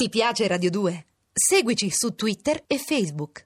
Ti piace Radio 2? Seguici su Twitter e Facebook.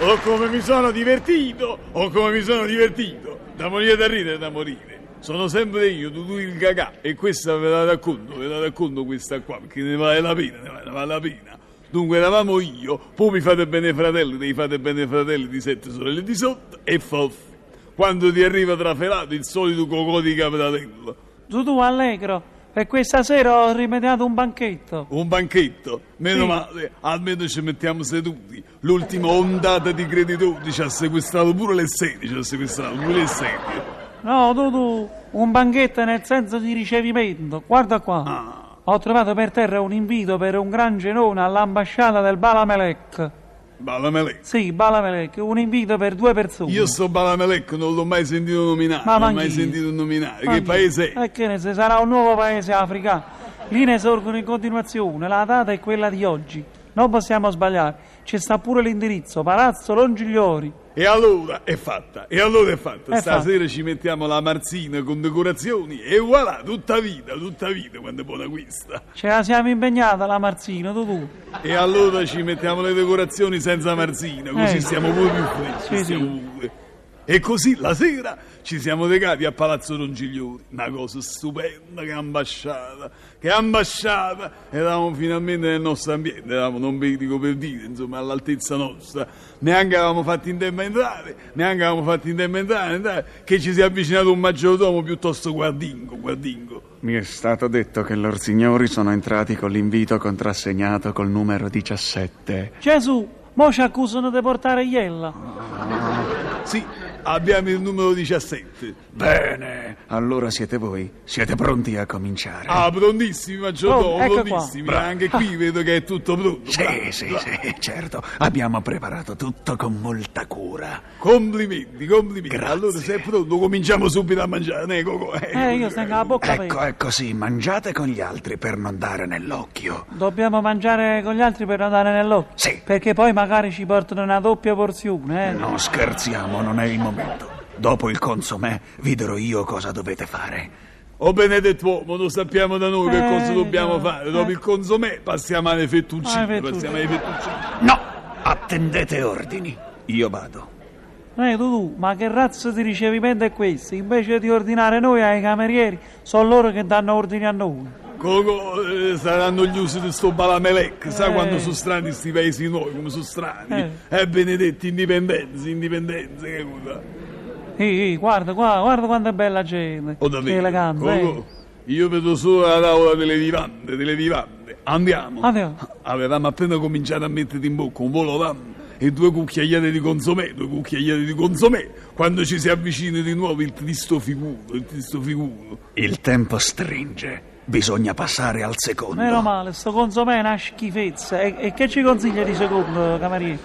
Oh come mi sono divertito, oh come mi sono divertito, da morire da ridere, da morire. Sono sempre io, Dudu il cagà, e questa ve la racconto, ve la racconto questa qua, perché ne vale la pena, ne vale, ne vale la pena. Dunque eravamo io, Pumi fate bene fratelli, dei fate bene fratelli di sette sorelle di sotto, e Foffi. Quando ti arriva trafelato il solito cocò di capitatello. Dudu Allegro, per questa sera ho rimediato un banchetto. Un banchetto, meno Sì. male, almeno ci mettiamo seduti. L'ultima ondata di creditori ci ha sequestrato pure le sedi, ci ha sequestrato pure le sedi. No, Dudu, un banchetto nel senso di ricevimento. Guarda qua. Ah. Ho trovato per terra un invito per un gran cenone all'ambasciata del Balamelec. Balamelec. Sì, Balamelec, un invito per due persone. Io sto Balamelec non l'ho mai sentito nominare, Ma Ecco. non l'ho mai manch'io. sentito nominare. Ma Che paese è? E che ne se sarà un nuovo paese africano. Lì ne sorgono in continuazione, la data è quella di oggi. Non possiamo sbagliare. Ci sta pure l'indirizzo, Palazzo Longigliori. E allora è fatta, e allora è fatta. È Stasera ci mettiamo la marzina con decorazioni e voilà, tutta vita, tutta vita, quando è buona questa. Ce la siamo impegnata la Marzina, Dudu. E allora ci mettiamo le decorazioni senza marzina, così Eh. siamo pure più freschi. Sì, stiamo pure. E così la sera ci siamo recati a Palazzo Rongiglioni, una cosa stupenda che ambasciata, che ambasciata, eravamo finalmente nel nostro ambiente, eravamo, non vi dico per dire, insomma, all'altezza nostra, neanche avevamo fatto in tempo a entrare, neanche avevamo fatto in tempo a entrare, entrare, che ci si è avvicinato un maggiordomo piuttosto guardingo, guardingo. Mi è stato detto che lor signori sono entrati con l'invito contrassegnato col numero 17. Gesù, mo ci accusano di portare iella. Sì, abbiamo il numero 17. Bene, allora siete voi? Siete pronti a cominciare? Ah, prontissimi, maggiordomo, Eh. Oh, ecco qua. prontissimi. Anche qui vedo che è tutto pronto. bravo, Sì, sì, bravo. sì, certo. Abbiamo preparato tutto con molta cura. Complimenti, complimenti. Grazie. Allora, se è pronto, cominciamo subito a mangiare. Ecco, qua, ecco. Eh, io stengo la bocca Ecco, aperta. è così, mangiate con gli altri per non dare nell'occhio. Dobbiamo mangiare con gli altri per andare nell'occhio. Sì. Perché poi magari ci portano una doppia porzione, eh. Non scherziamo, non è il momento. Dopo il consomè vi dirò io cosa dovete fare. Oh, benedetto uomo, lo sappiamo da noi che Eh, cosa dobbiamo no, fare. eh. Dopo il consomè passiamo alle fettuccine. Alle fettuccine. Passiamo alle fettuccine. No, attendete ordini. Io vado. Eh, Dudu, ma che razza di ricevimento è questo? Invece di ordinare noi ai camerieri, sono loro che danno ordini a noi. Coco, eh, saranno gli usi di sto balamelec. Sa Eh. quando sono strani sti paesi noi, come sono strani. Eh, benedetti, indipendenze, indipendenze. Che cosa? Sì, sì, guarda qua, guarda quanto è bella gente. Oh, che davvero? elegante, eh. Oh. Coco, Io vedo solo la tavola delle vivande, delle vivande. Andiamo. Andiamo. Avevamo appena cominciato a mettere in bocca un volo van e due cucchiaiate di consomè, due cucchiaiate di consomè. Quando ci si avvicina di nuovo il tristo figuro, il tristo figuro. Il tempo stringe. Bisogna passare al secondo. Meno male, sto consomè è una schifezza. E, e che ci consiglia di secondo, camerieri?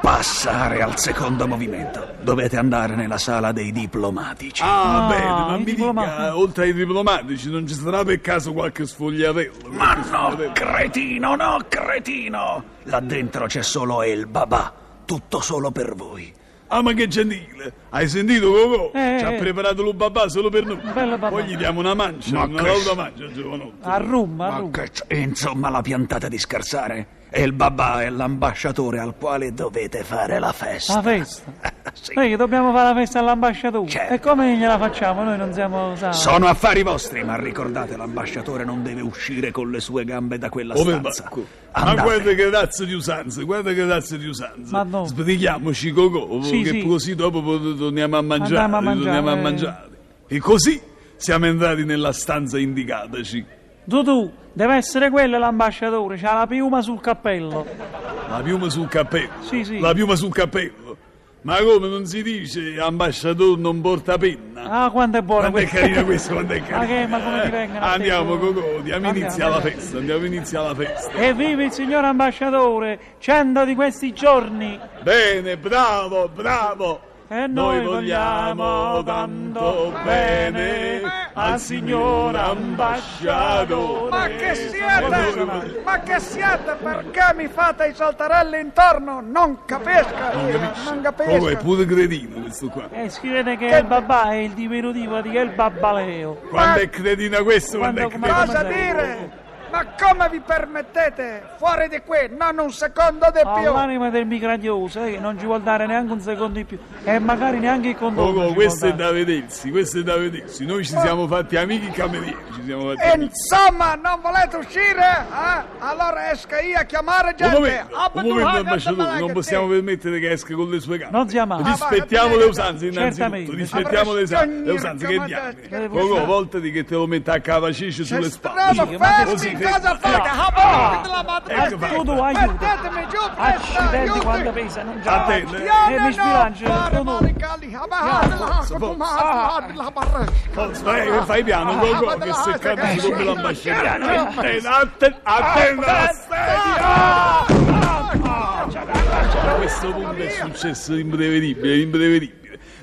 Passare al secondo movimento. Dovete andare nella sala dei diplomatici. Ah, Ah, bene, ma i mi dica, diplomatici. oltre ai diplomatici non ci sarà per caso qualche sfogliatello? Ma Qualche no, sfogliatello? cretino, no, cretino! Là dentro c'è solo El Babà. Tutto solo per voi. Ah, ma che gentile! Hai sentito, Coco? Eh, ci ha eh. preparato lo babà solo per noi. Bello babà. Poi gli diamo una mancia, Ma una che- lauda mancia, giovanotto. A Rum, a Ma Rum. che... c- Insomma, la piantata di scherzare. El Babà è l'ambasciatore al quale dovete fare la La festa. festa. Sì. Noi dobbiamo fare la festa all'ambasciatore. Certo. E come gliela facciamo? Noi non siamo santi. Sono affari vostri, ma ricordate, l'ambasciatore non deve uscire con le sue gambe da quella Come stanza. Marco. Ma Andate. Ah, guarda che razza di usanza, guarda che razza di usanza. Ma no. Sbrighiamoci Coco, Sì, che sì. così dopo po- torniamo a mangiare, eh, Andiamo a mangiare. eh. torniamo a mangiare. E così siamo entrati nella stanza indicataci. Dudu, deve essere quello l'ambasciatore, c'ha la piuma sul cappello. La piuma sul cappello. Sì, sì. La piuma sul cappello. Ma come non si dice ambasciatore non porta penna? Ah, quanto è buono Quanto è questo. carino questo, quanto è carino. Ma che- ma come ti Eh, vengono a te, Andiamo Coco? Coco, andiamo Andiamo, inizia la andiamo. festa, andiamo inizia la festa. Evviva il signor ambasciatore, cento di questi giorni. Bene, bravo, bravo. E noi vogliamo tanto bene al signor ambasciatore. Ma che siete? Ma che siete? Perché mi fate i saltarelli intorno? Non capisco! Non capisci? Non Oh, è capisco! pure cretino questo qua. E scrivete che il babà è il diminutivo di El Babbaleo. Quando è cretina questo, quando, Quando- è ma- cretino. Cosa dire? Ma come vi permettete? Fuori di qui, non un secondo di più! All'anima del migraglioso, eh, che non ci vuol dare neanche un secondo in più. E magari neanche il condono. ci Poco, vuol Oh, questo è dare. da vedersi, questo è da vedersi. Noi Ah. ci siamo fatti amici camerieri, ci siamo fatti amici. Insomma, non volete uscire? Eh? Allora esca io a chiamare Un gente! momento, un Abdu- momento Hagat ambasciatore, non Malagati. possiamo permettere che esca con le sue gambe. Non si ama. Ah, Rispettiamo le usanze innanzitutto, Certamente. rispettiamo le, usa- le usanze che Che diamine. vuoi Poco, fare? voltati che te lo metta a cavacisce sulle Strano, spalle. Così, fermi, te- cosa fate? Eh, Abdu- della madre- Ecco, vai. Tu tu aiuto. Mettetemi giù, Accidenti quando aiuti! pesa, non già. Attende. Che mi sbilancio, fare non so dove. malicali, abahadla, forza, forza. abahadla, barrasca. Forza, vai, fai piano, Gogo, che se cadi ti rompe l'ambasciatore. Eh, Attenta, attenta, A questo punto è successo l'imprevedibile, l'imprevedibile.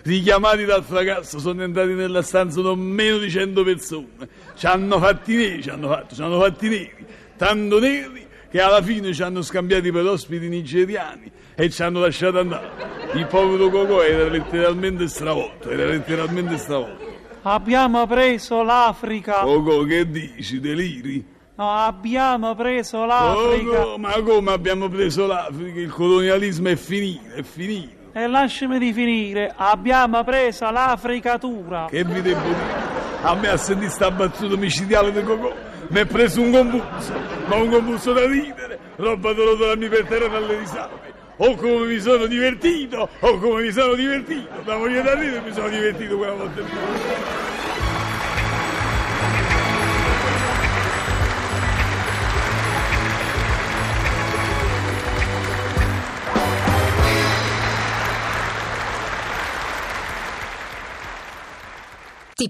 Richiamati dal fracasso sono entrati nella stanza non meno di 100 persone. Ci hanno fatti neri, ci hanno fatto, ci hanno fatti neri. Tanto neri che alla fine ci hanno scambiati per ospiti nigeriani e ci hanno lasciato andare. Il povero Cocò era letteralmente stravolto, era letteralmente stravolto. Abbiamo preso l'Africa. Cocò, che dici, deliri? No, abbiamo preso Oh, l'Africa. no, ma come abbiamo preso l'Africa? Il colonialismo è finito, è finito. E lasciami di finire. Abbiamo preso l'Africatura. Che vi devo dire? A me a sentire sta battuta micidiale di Cocò mi è preso un convulso, ma un convulso da ridere, roba da rotolarmi per terra dalle risate. O come mi sono divertito, o come mi sono divertito, da morire da ridere mi sono divertito quella volta lì. Ti